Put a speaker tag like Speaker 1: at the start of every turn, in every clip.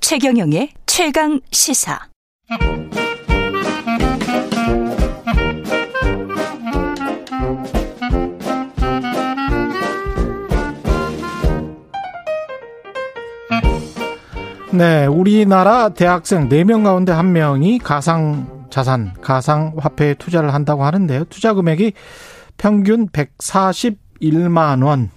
Speaker 1: 최경영의 최강 시사.
Speaker 2: 네, 우리나라 대학생 4명 가운데 1명이 가상 자산, 가상 화폐에 투자를 한다고 하는데요. 투자 금액이 평균 141만 원.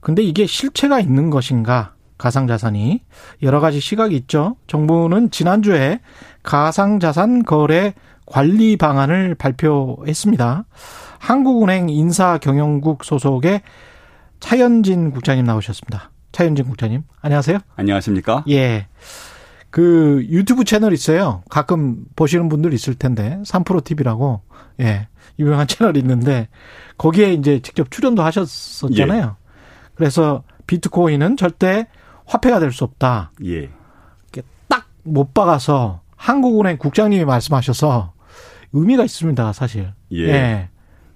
Speaker 2: 근데 이게 실체가 있는 것인가? 가상 자산이 여러 가지 시각이 있죠. 정부는 지난주에 가상 자산 거래 관리 방안을 발표했습니다. 한국은행 인사경영국 소속의 차현진 국장님 나오셨습니다. 차현진 국장님, 안녕하세요.
Speaker 3: 안녕하십니까?
Speaker 2: 예. 그 유튜브 채널 있어요. 가끔 보시는 분들 있을 텐데. 3프로 TV라고. 예. 유명한 채널이 있는데 거기에 이제 직접 출연도 하셨었잖아요. 예. 그래서 비트코인은 절대 화폐가 될 수 없다.
Speaker 3: 예.
Speaker 2: 딱 못 박아서 한국은행 국장님이 말씀하셔서 의미가 있습니다, 사실.
Speaker 3: 예.
Speaker 2: 네.
Speaker 3: 예.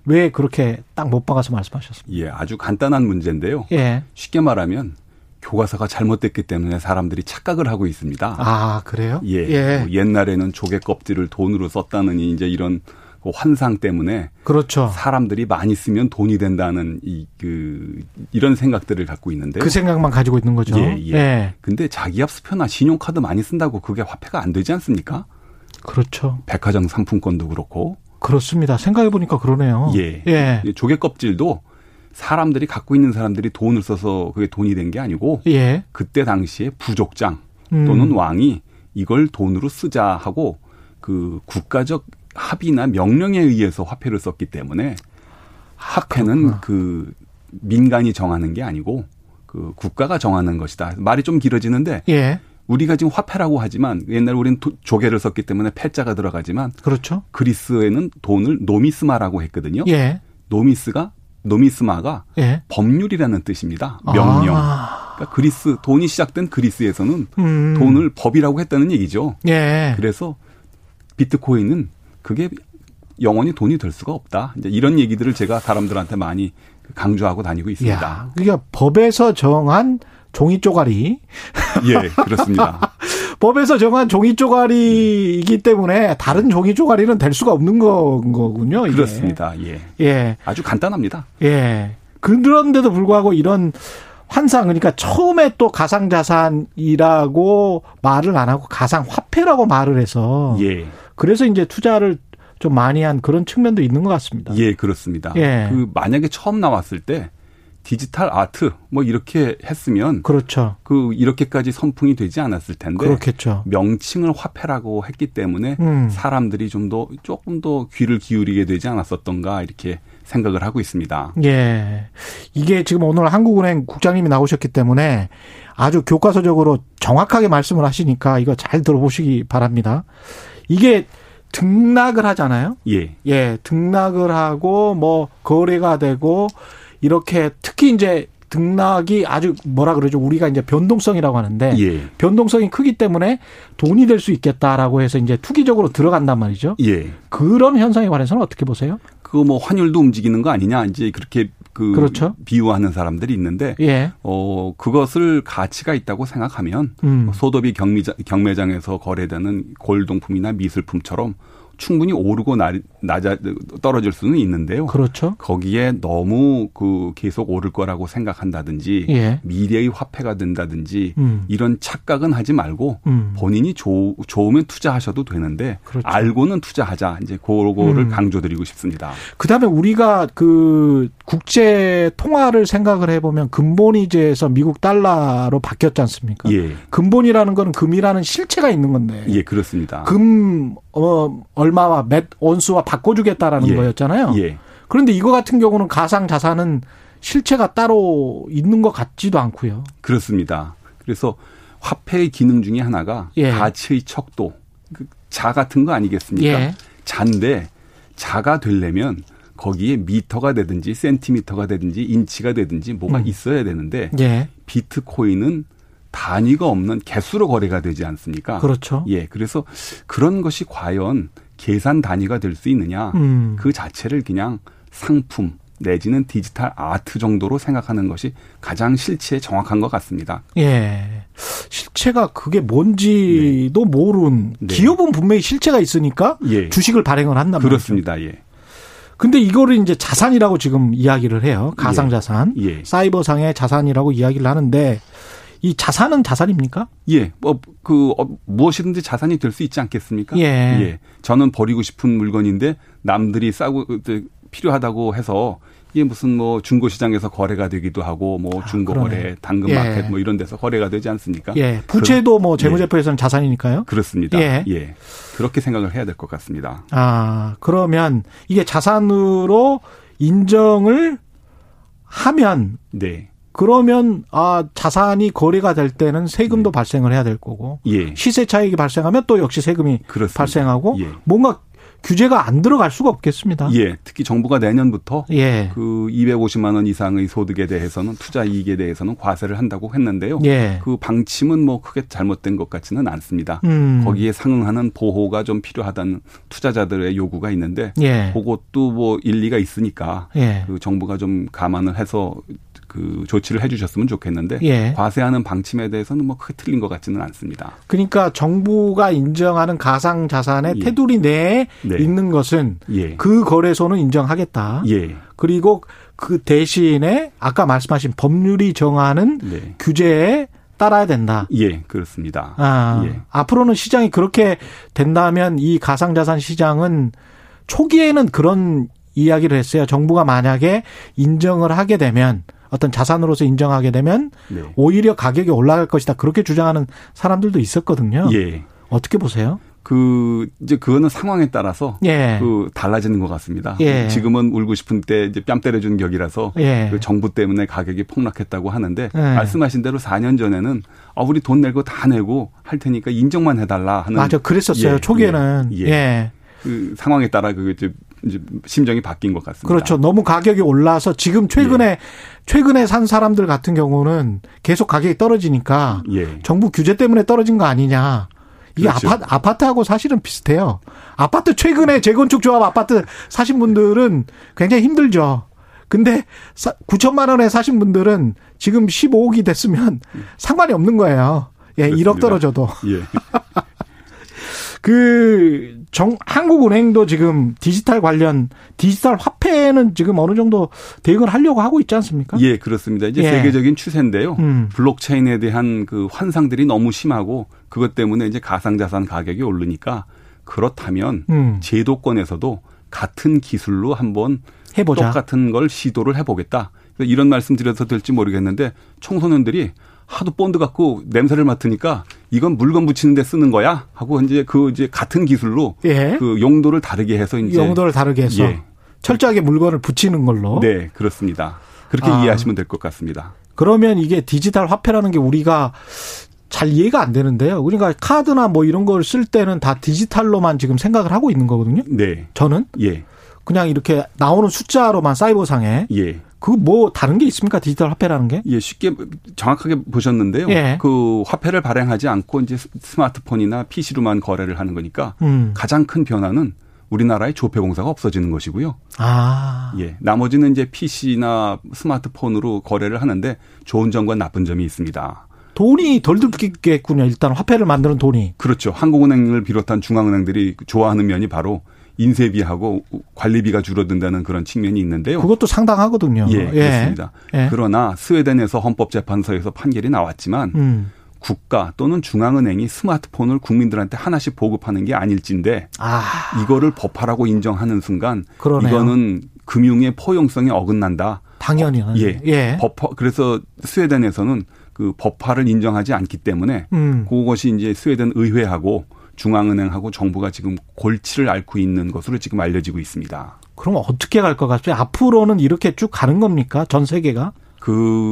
Speaker 2: 왜 그렇게 딱 못 박아서 말씀하셨습니까?
Speaker 3: 예, 아주 간단한 문제인데요.
Speaker 2: 예.
Speaker 3: 쉽게 말하면 교과서가 잘못됐기 때문에 사람들이 착각을 하고 있습니다.
Speaker 2: 아, 그래요?
Speaker 3: 예.
Speaker 2: 예.
Speaker 3: 뭐 옛날에는 조개 껍질을 돈으로 썼다느니 이제 이런 그 환상 때문에
Speaker 2: 그렇죠.
Speaker 3: 사람들이 많이 쓰면 돈이 된다는 이 그 이런 생각들을 갖고 있는데
Speaker 2: 그 생각만 가지고 있는 거죠.
Speaker 3: 네. 예, 예. 예. 근데 자기 앞수표나 신용카드 많이 쓴다고 그게 화폐가 안 되지 않습니까?
Speaker 2: 그렇죠.
Speaker 3: 백화점 상품권도 그렇고
Speaker 2: 그렇습니다. 생각해 보니까 그러네요.
Speaker 3: 예. 예. 조개 껍질도 사람들이 갖고 있는 사람들이 돈을 써서 그게 돈이 된 게 아니고
Speaker 2: 예.
Speaker 3: 그때 당시에 부족장 또는 음. 왕이 이걸 돈으로 쓰자 하고 그 국가적 합의나 명령에 의해서 화폐를 썼기 때문에 화폐는 아, 그 민간이 정하는 게 아니고 그 국가가 정하는 것이다. 말이 좀 길어지는데
Speaker 2: 예.
Speaker 3: 우리가 지금 화폐라고 하지만 옛날 우리는 조개를 썼기 때문에 패자가 들어가지만
Speaker 2: 그렇죠.
Speaker 3: 그리스에는 돈을 노미스마라고 했거든요.
Speaker 2: 예.
Speaker 3: 노미스가 노미스마가
Speaker 2: 예.
Speaker 3: 법률이라는 뜻입니다. 명령.
Speaker 2: 아.
Speaker 3: 그러니까 그리스 돈이 시작된 그리스에서는 음. 돈을 법이라고 했다는 얘기죠.
Speaker 2: 예.
Speaker 3: 그래서 비트코인은 그게 영원히 돈이 될 수가 없다. 이제 이런 얘기들을 제가 사람들한테 많이 강조하고 다니고 있습니다. 야,
Speaker 2: 그러니까 법에서 정한 종이 쪼가리.
Speaker 3: 예, 그렇습니다.
Speaker 2: 법에서 정한 종이 쪼가리이기 때문에 다른 종이 쪼가리는 될 수가 없는 거, 거군요. 이게.
Speaker 3: 그렇습니다. 예.
Speaker 2: 예.
Speaker 3: 아주 간단합니다.
Speaker 2: 예. 그런데도 불구하고 이런 환상 그러니까 처음에 또 가상 자산이라고 말을 안 하고 가상 화폐라고 말을 해서
Speaker 3: 예.
Speaker 2: 그래서 이제 투자를 좀 많이 한 그런 측면도 있는 것 같습니다.
Speaker 3: 예, 그렇습니다.
Speaker 2: 예.
Speaker 3: 그 만약에 처음 나왔을 때 디지털 아트 뭐 이렇게 했으면
Speaker 2: 그렇죠.
Speaker 3: 그 이렇게까지 선풍이 되지 않았을 텐데
Speaker 2: 그렇겠죠.
Speaker 3: 명칭을 화폐라고 했기 때문에
Speaker 2: 음.
Speaker 3: 사람들이 좀 더 조금 더 귀를 기울이게 되지 않았었던가 이렇게 생각을 하고 있습니다.
Speaker 2: 예. 이게 지금 오늘 한국은행 국장님이 나오셨기 때문에 아주 교과서적으로 정확하게 말씀을 하시니까 이거 잘 들어보시기 바랍니다. 이게 등락을 하잖아요.
Speaker 3: 예.
Speaker 2: 예, 등락을 하고 뭐 거래가 되고 이렇게 특히 이제 등락이 아주 뭐라 그러죠? 우리가 이제 변동성이라고 하는데
Speaker 3: 예.
Speaker 2: 변동성이 크기 때문에 돈이 될 수 있겠다라고 해서 이제 투기적으로 들어간단 말이죠.
Speaker 3: 예.
Speaker 2: 그런 현상에 관해서는 어떻게 보세요?
Speaker 3: 그 뭐 환율도 움직이는 거 아니냐 이제 그렇게 그
Speaker 2: 그렇죠.
Speaker 3: 비유하는 사람들이 있는데
Speaker 2: 예.
Speaker 3: 어 그것을 가치가 있다고 생각하면
Speaker 2: 음.
Speaker 3: 소도비 경매장, 경매장에서 거래되는 골동품이나 미술품처럼 충분히 오르고 나, 낮아 떨어질 수는 있는데요.
Speaker 2: 그렇죠.
Speaker 3: 거기에 너무 그 계속 오를 거라고 생각한다든지
Speaker 2: 예.
Speaker 3: 미래의 화폐가 된다든지
Speaker 2: 음.
Speaker 3: 이런 착각은 하지 말고
Speaker 2: 음.
Speaker 3: 본인이 좋, 좋으면 투자하셔도 되는데
Speaker 2: 그렇죠.
Speaker 3: 알고는 투자하자 이제 그거를
Speaker 2: 음.
Speaker 3: 강조드리고 싶습니다.
Speaker 2: 그다음에 우리가 그 국제 통화를 생각을 해보면 금본이제에서 미국 달러로 바뀌었지 않습니까?
Speaker 3: 예,
Speaker 2: 금본이라는 거는 금이라는 실체가 있는 건데
Speaker 3: 예 그렇습니다.
Speaker 2: 금 어, 얼마와 몇 온수와 바꿔주겠다라는
Speaker 3: 예.
Speaker 2: 거였잖아요.
Speaker 3: 예,
Speaker 2: 그런데 이거 같은 경우는 가상 자산은 실체가 따로 있는 것 같지도 않고요.
Speaker 3: 그렇습니다. 그래서 화폐의 기능 중에 하나가
Speaker 2: 예.
Speaker 3: 가치의 척도, 그자 같은 거 아니겠습니까?
Speaker 2: 예.
Speaker 3: 잔데 자가 되려면 거기에 미터가 되든지 센티미터가 되든지 인치가 되든지 뭐가
Speaker 2: 음.
Speaker 3: 있어야 되는데
Speaker 2: 예,
Speaker 3: 비트코인은 단위가 없는 개수로 거래가 되지 않습니까?
Speaker 2: 그렇죠.
Speaker 3: 예, 그래서 그런 것이 과연 계산 단위가 될 수 있느냐
Speaker 2: 음.
Speaker 3: 그 자체를 그냥 상품 내지는 디지털 아트 정도로 생각하는 것이 가장 실체에 정확한 것 같습니다.
Speaker 2: 예. 실체가 그게 뭔지도 모른
Speaker 3: 네.
Speaker 2: 기업은 분명히 실체가 있으니까
Speaker 3: 예.
Speaker 2: 주식을 발행을 한단 말이죠.
Speaker 3: 그렇습니다. 예.
Speaker 2: 근데 이거를 이제 자산이라고 지금 이야기를 해요. 가상
Speaker 3: 예.
Speaker 2: 자산.
Speaker 3: 예.
Speaker 2: 사이버상의 자산이라고 이야기를 하는데 이 자산은 자산입니까?
Speaker 3: 예, 뭐 그 무엇이든지 자산이 될 수 있지 않겠습니까?
Speaker 2: 예.
Speaker 3: 저는 버리고 싶은 물건인데 남들이 싸고 이제 필요하다고 해서 이게 무슨 뭐 중고 시장에서 거래가 되기도 하고 뭐 중고
Speaker 2: 아, 그러네.
Speaker 3: 거래, 당근
Speaker 2: 예.
Speaker 3: 마켓 뭐 이런 데서 거래가 되지 않습니까? 네.
Speaker 2: 예. 부채도 뭐 재무제표에서는 자산이니까요.
Speaker 3: 그렇습니다.
Speaker 2: 예.
Speaker 3: 예. 그렇게 생각을 해야 될 것 같습니다.
Speaker 2: 아, 그러면 이게 자산으로 인정을 하면
Speaker 3: 네.
Speaker 2: 그러면 아, 자산이 거래가 될 때는 세금도
Speaker 3: 네.
Speaker 2: 발생을 해야 될 거고
Speaker 3: 예.
Speaker 2: 시세 차익이 발생하면 또 역시 세금이
Speaker 3: 그렇습니다.
Speaker 2: 발생하고
Speaker 3: 예.
Speaker 2: 뭔가 규제가 안 들어갈 수가 없겠습니다.
Speaker 3: 예. 특히 정부가 내년부터
Speaker 2: 예.
Speaker 3: 그 250만 원 이상의 소득에 대해서는 투자 이익에 대해서는 과세를 한다고 했는데요.
Speaker 2: 예.
Speaker 3: 그 방침은 뭐 크게 잘못된 것 같지는 않습니다.
Speaker 2: 음.
Speaker 3: 그 거기에 상응하는 보호가 좀 필요하다는 투자자들의 요구가 있는데
Speaker 2: 예.
Speaker 3: 그것도 뭐 일리가 있으니까
Speaker 2: 예.
Speaker 3: 그 정부가 좀 감안을 해서 그 조치를 해주셨으면 좋겠는데
Speaker 2: 예.
Speaker 3: 과세하는 방침에 대해서는 뭐 크게 틀린 것 같지는 않습니다.
Speaker 2: 그러니까 정부가 인정하는 가상 자산의
Speaker 3: 예.
Speaker 2: 테두리 내에
Speaker 3: 네.
Speaker 2: 있는 것은
Speaker 3: 예.
Speaker 2: 그 거래소는 인정하겠다.
Speaker 3: 예.
Speaker 2: 그리고 그 대신에 아까 말씀하신 법률이 정하는
Speaker 3: 네.
Speaker 2: 규제에 따라야 된다.
Speaker 3: 예. 그렇습니다.
Speaker 2: 아,
Speaker 3: 예.
Speaker 2: 앞으로는 시장이 그렇게 된다면 이 가상자산 시장은 초기에는 그런 이야기를 했어요. 정부가 만약에 인정을 하게 되면 어떤 자산으로서 인정하게 되면
Speaker 3: 네.
Speaker 2: 오히려 가격이 올라갈 것이다. 그렇게 주장하는 사람들도 있었거든요.
Speaker 3: 예.
Speaker 2: 어떻게 보세요?
Speaker 3: 그 이제 그거는 상황에 따라서
Speaker 2: 예.
Speaker 3: 그 달라지는 것 같습니다.
Speaker 2: 예.
Speaker 3: 지금은 울고 싶은 때 이제 뺨 때려주는 격이라서
Speaker 2: 예.
Speaker 3: 그 정부 때문에 가격이 폭락했다고 하는데
Speaker 2: 예.
Speaker 3: 말씀하신 대로 4년 전에는 아 우리 돈 내고 다 내고 할 테니까 인정만 해달라 하는
Speaker 2: 맞아. 그랬었어요.
Speaker 3: 예,
Speaker 2: 초기에는.
Speaker 3: 예,
Speaker 2: 예.
Speaker 3: 예. 그 상황에 따라 그 이제 이제 심정이 바뀐 것 같습니다. 예.
Speaker 2: 그렇죠. 너무 가격이 올라서 지금 최근에 최근에 산 사람들 같은 경우는 계속 가격이 떨어지니까
Speaker 3: 예.
Speaker 2: 정부 규제 때문에 떨어진 거 아니냐. 이게
Speaker 3: 그렇죠.
Speaker 2: 아파트, 아파트하고 사실은 비슷해요. 아파트 최근에 재건축 조합 아파트 사신 분들은 굉장히 힘들죠. 근데 사- 9천만 원에 사신 분들은 지금 15억이 됐으면 상관이 없는 거예요. 예,
Speaker 3: 그렇습니다.
Speaker 2: 1억 떨어져도.
Speaker 3: 예.
Speaker 2: 그, 정, 한국은행도 지금 디지털 관련, 디지털 화폐는 지금 어느 정도 대응을 하려고 하고 있지 않습니까?
Speaker 3: 예, 그렇습니다. 이제
Speaker 2: 예.
Speaker 3: 세계적인 추세인데요.
Speaker 2: 음.
Speaker 3: 블록체인에 대한 그 환상들이 너무 심하고 그것 때문에 이제 가상자산 가격이 오르니까 그렇다면
Speaker 2: 음,
Speaker 3: 제도권에서도 같은 기술로 한번
Speaker 2: 해보자.
Speaker 3: 똑같은 걸 시도를 해보겠다. 그래서 이런 말씀 드려서 될지 모르겠는데 청소년들이 하도 본드 갖고 냄새를 맡으니까 이건 물건 붙이는 데 쓰는 거야 하고 이제 그 이제 같은 기술로
Speaker 2: 예.
Speaker 3: 그 용도를 다르게 해서 이제
Speaker 2: 용도를 다르게 해서
Speaker 3: 예.
Speaker 2: 철저하게 물건을 붙이는 걸로.
Speaker 3: 네 그렇습니다. 그렇게
Speaker 2: 아.
Speaker 3: 이해하시면 될 것 같습니다.
Speaker 2: 그러면 이게 디지털 화폐라는 게 우리가 잘 이해가 안 되는데요. 그러니까 카드나 뭐 이런 걸 쓸 때는 다 디지털로만 지금 생각을 하고 있는 거거든요.
Speaker 3: 네,
Speaker 2: 저는
Speaker 3: 예,
Speaker 2: 그냥 이렇게 나오는 숫자로만 사이버상에
Speaker 3: 예.
Speaker 2: 그 뭐 다른 게 있습니까? 디지털 화폐라는 게?
Speaker 3: 예, 쉽게 정확하게 보셨는데요.
Speaker 2: 예.
Speaker 3: 그 화폐를 발행하지 않고 이제 스마트폰이나 PC로만 거래를 하는 거니까
Speaker 2: 음.
Speaker 3: 가장 큰 변화는 우리나라의 조폐공사가 없어지는 것이고요.
Speaker 2: 아.
Speaker 3: 예, 나머지는 이제 PC나 스마트폰으로 거래를 하는데 좋은 점과 나쁜 점이 있습니다.
Speaker 2: 돈이 덜 들겠군요. 일단 화폐를 만드는 돈이.
Speaker 3: 그렇죠. 한국은행을 비롯한 중앙은행들이 좋아하는 면이 바로 인쇄비하고 관리비가 줄어든다는 그런 측면이 있는데요.
Speaker 2: 그것도 상당하거든요.
Speaker 3: 예, 그렇습니다.
Speaker 2: 예.
Speaker 3: 그러나 스웨덴에서 헌법재판소에서 판결이 나왔지만
Speaker 2: 음.
Speaker 3: 국가 또는 중앙은행이 스마트폰을 국민들한테 하나씩 보급하는 게 아닐진데
Speaker 2: 아.
Speaker 3: 이거를 법화라고 인정하는 순간
Speaker 2: 그러네요.
Speaker 3: 이거는 금융의 포용성에 어긋난다.
Speaker 2: 당연히.
Speaker 3: 예. 법화 그래서 스웨덴에서는 그 법화를 인정하지 않기 때문에
Speaker 2: 음.
Speaker 3: 그것이 이제 스웨덴 의회하고 중앙은행하고 정부가 지금 골치를 앓고 있는 것으로 지금 알려지고 있습니다.
Speaker 2: 그럼 어떻게 갈 것 같아요? 앞으로는 이렇게 쭉 가는 겁니까? 전 세계가?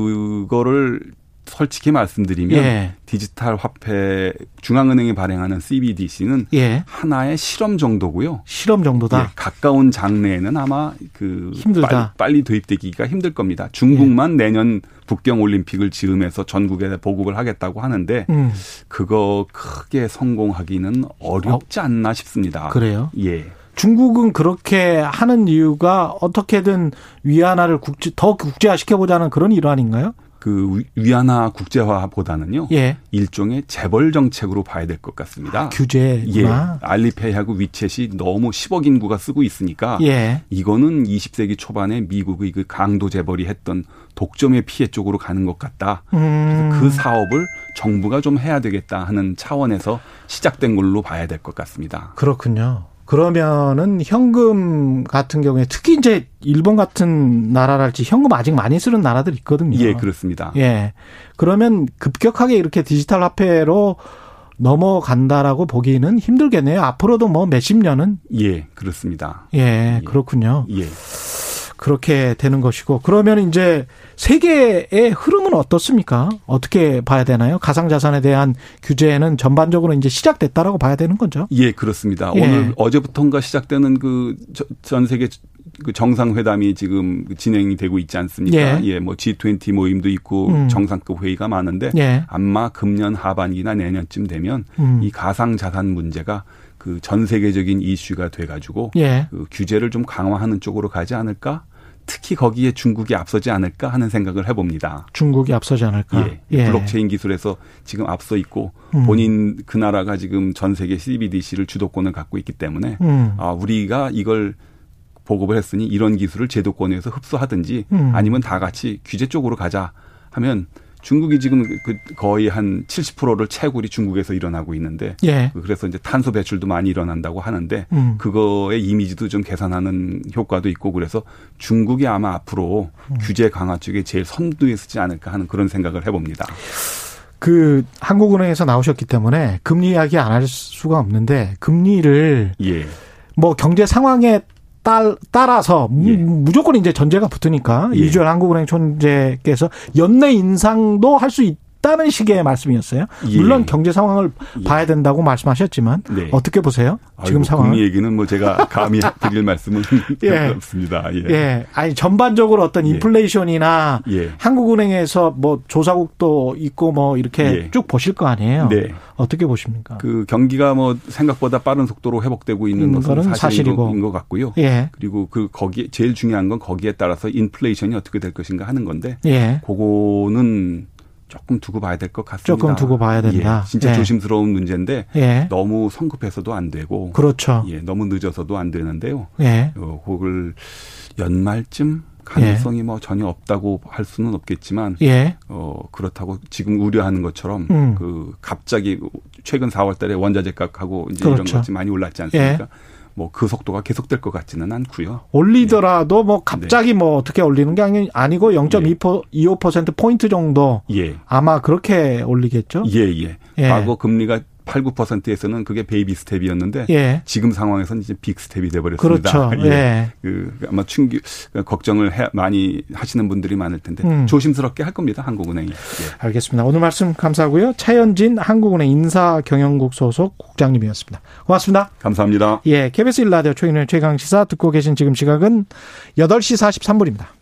Speaker 3: 그거를 솔직히 말씀드리면
Speaker 2: 예.
Speaker 3: 디지털 화폐 중앙은행이 발행하는 CBDC는
Speaker 2: 예.
Speaker 3: 하나의 실험 정도고요.
Speaker 2: 실험 정도다.
Speaker 3: 예, 가까운 장래에는 아마 그
Speaker 2: 아. 힘들다. 예.
Speaker 3: 빨리, 빨리 도입되기가 힘들 겁니다. 중국만 내년 북경 올림픽을 지음해서 전국에 보급을 하겠다고 하는데
Speaker 2: 음.
Speaker 3: 그거 크게 성공하기는 어렵지 않나 싶습니다.
Speaker 2: 그래요.
Speaker 3: 예.
Speaker 2: 중국은 그렇게 하는 이유가 어떻게든 위안화를 국제 더 국제화 시켜보자는 그런 일환인가요?
Speaker 3: 그 위안화 국제화보다는요.
Speaker 2: 예. 아,
Speaker 3: 일종의 재벌 정책으로 봐야 될 것 같습니다.
Speaker 2: 규제.
Speaker 3: 예. 알리페이하고 위챗이 너무 10억 인구가 쓰고 있으니까
Speaker 2: 예.
Speaker 3: 이거는 20세기 초반에 미국의 그 강도 재벌이 했던 독점의 피해 쪽으로 가는 것 같다.
Speaker 2: 음.
Speaker 3: 그 사업을 정부가 좀 해야 되겠다 하는 차원에서 시작된 걸로 봐야 될 것 같습니다.
Speaker 2: 그렇군요. 그러면은 현금 같은 경우에 특히 이제 일본 같은 나라랄지 현금 아직 많이 쓰는 나라들 있거든요.
Speaker 3: 예, 그렇습니다.
Speaker 2: 아. 예. 그러면 급격하게 이렇게 디지털 화폐로 넘어간다라고 보기는 힘들겠네요. 앞으로도 뭐 몇십 년은
Speaker 3: 예, 그렇습니다.
Speaker 2: 예, 그렇군요.
Speaker 3: 예.
Speaker 2: 그렇게 되는 것이고 그러면 이제 세계의 흐름은 어떻습니까? 어떻게 봐야 되나요? 가상 자산에 대한 규제는 전반적으로 이제 시작됐다라고 봐야 되는 거죠.
Speaker 3: 예, 그렇습니다.
Speaker 2: 예.
Speaker 3: 오늘 어제부터인가 시작되는 그 전 세계 그 정상회담이 지금 진행이 되고 있지 않습니까?
Speaker 2: 예.
Speaker 3: 예, 뭐 G20 모임도 있고
Speaker 2: 음.
Speaker 3: 정상급 회의가 많은데
Speaker 2: 예.
Speaker 3: 아마 금년 하반기나 내년쯤 되면
Speaker 2: 음.
Speaker 3: 이 가상 자산 문제가 그 전 세계적인 이슈가 돼 가지고
Speaker 2: 예.
Speaker 3: 그 규제를 좀 강화하는 쪽으로 가지 않을까? 특히 거기에 중국이 앞서지 않을까 하는 생각을 해봅니다.
Speaker 2: 중국이 앞서지 않을까?
Speaker 3: 예. 블록체인 기술에서 지금 앞서 있고
Speaker 2: 아, 음.
Speaker 3: 본인 그 나라가 지금 전 세계 CBDC를 주도권을 갖고 있기 때문에
Speaker 2: 음.
Speaker 3: 아, 우리가 이걸 보급을 했으니 이런 기술을 제도권에서 흡수하든지
Speaker 2: 음.
Speaker 3: 아니면 다 같이 규제 쪽으로 가자 하면 중국이 지금 그 거의 한 70%를 채굴이 중국에서 일어나고 있는데
Speaker 2: 예.
Speaker 3: 그래서 이제 탄소 배출도 많이 일어난다고 하는데
Speaker 2: 음.
Speaker 3: 그거의 이미지도 좀 개선하는 효과도 있고 그래서 중국이 아마 앞으로
Speaker 2: 음.
Speaker 3: 규제 강화 쪽에 제일 선두에 서지 않을까 하는 그런 생각을 해봅니다.
Speaker 2: 그 한국은행에서 나오셨기 때문에 금리 이야기 안 할 수가 없는데 금리를
Speaker 3: 예.
Speaker 2: 뭐 경제 상황에 딸, 따라서 무-
Speaker 3: 예.
Speaker 2: 무조건 이제 전제가 붙으니까
Speaker 3: 예.
Speaker 2: 이주열 한국은행 총재께서 연내 인상도 할 수 있다는 식의 말씀이었어요.
Speaker 3: 예.
Speaker 2: 물론 경제 상황을
Speaker 3: 예.
Speaker 2: 봐야 된다고 말씀하셨지만
Speaker 3: 네.
Speaker 2: 어떻게 보세요? 지금
Speaker 3: 아이고,
Speaker 2: 상황?
Speaker 3: 금리 얘기는 뭐 제가 감히 드릴 말씀은
Speaker 2: 예.
Speaker 3: 없습니다. 예.
Speaker 2: 예. 아니 전반적으로 어떤
Speaker 3: 예.
Speaker 2: 인플레이션이나
Speaker 3: 예.
Speaker 2: 한국은행에서 뭐 조사국도 있고 뭐 이렇게
Speaker 3: 예.
Speaker 2: 쭉 보실 거 아니에요.
Speaker 3: 네.
Speaker 2: 어떻게 보십니까?
Speaker 3: 그 경기가 뭐 생각보다 빠른 속도로 회복되고 있는
Speaker 2: 음,
Speaker 3: 것은
Speaker 2: 그건
Speaker 3: 사실인
Speaker 2: 사실이고.
Speaker 3: 것- 것 같고요.
Speaker 2: 예.
Speaker 3: 그리고 그 거기에 제일 중요한 건 거기에 따라서 인플레이션이 어떻게 될 것인가 하는 건데
Speaker 2: 예.
Speaker 3: 그거는 조금 두고 봐야 될 것 같습니다.
Speaker 2: 조금 두고 봐야 된다.
Speaker 3: 예, 진짜
Speaker 2: 예.
Speaker 3: 조심스러운 문제인데
Speaker 2: 예.
Speaker 3: 너무 성급해서도 안 되고
Speaker 2: 그렇죠.
Speaker 3: 예, 너무 늦어서도 안 되는데요.
Speaker 2: 예.
Speaker 3: 어, 그걸 연말쯤 가능성이 뭐 전혀 없다고 할 수는 없겠지만
Speaker 2: 예.
Speaker 3: 어, 그렇다고 지금 우려하는 것처럼
Speaker 2: 음.
Speaker 3: 그 갑자기 최근 4월 달에 원자재 값하고 이제
Speaker 2: 그렇죠. 예.
Speaker 3: 이런 것이 많이 올랐지 않습니까? 뭐 그 속도가 계속될 것 같지는 않고요.
Speaker 2: 올리더라도
Speaker 3: 네.
Speaker 2: 뭐 갑자기 뭐 어떻게 올리는 게 아니- 아니고 0.25% 포인트 정도
Speaker 3: 예.
Speaker 2: 아마 그렇게 올리겠죠.
Speaker 3: 예, 예.
Speaker 2: 어? 예.
Speaker 3: 과거 금리가 8, 9%에서는 그게 베이비 스텝이었는데
Speaker 2: 예.
Speaker 3: 지금 상황에서는 이제 빅 스텝이 돼 버렸습니다.
Speaker 2: 그렇죠. 예.
Speaker 3: 그 아마 충격 걱정을 해, 많이 하시는 분들이 많을 텐데
Speaker 2: 음.
Speaker 3: 조심스럽게 할 겁니다. 한국은행이. 예.
Speaker 2: 알겠습니다. 오늘 말씀 감사하고요. 차현진 한국은행 인사경영국 소속 국장님이었습니다. 고맙습니다.
Speaker 3: 감사합니다.
Speaker 2: 예. KBS 1라디오 초인의 최강시사 듣고 계신 지금 시각은 8시 43분입니다.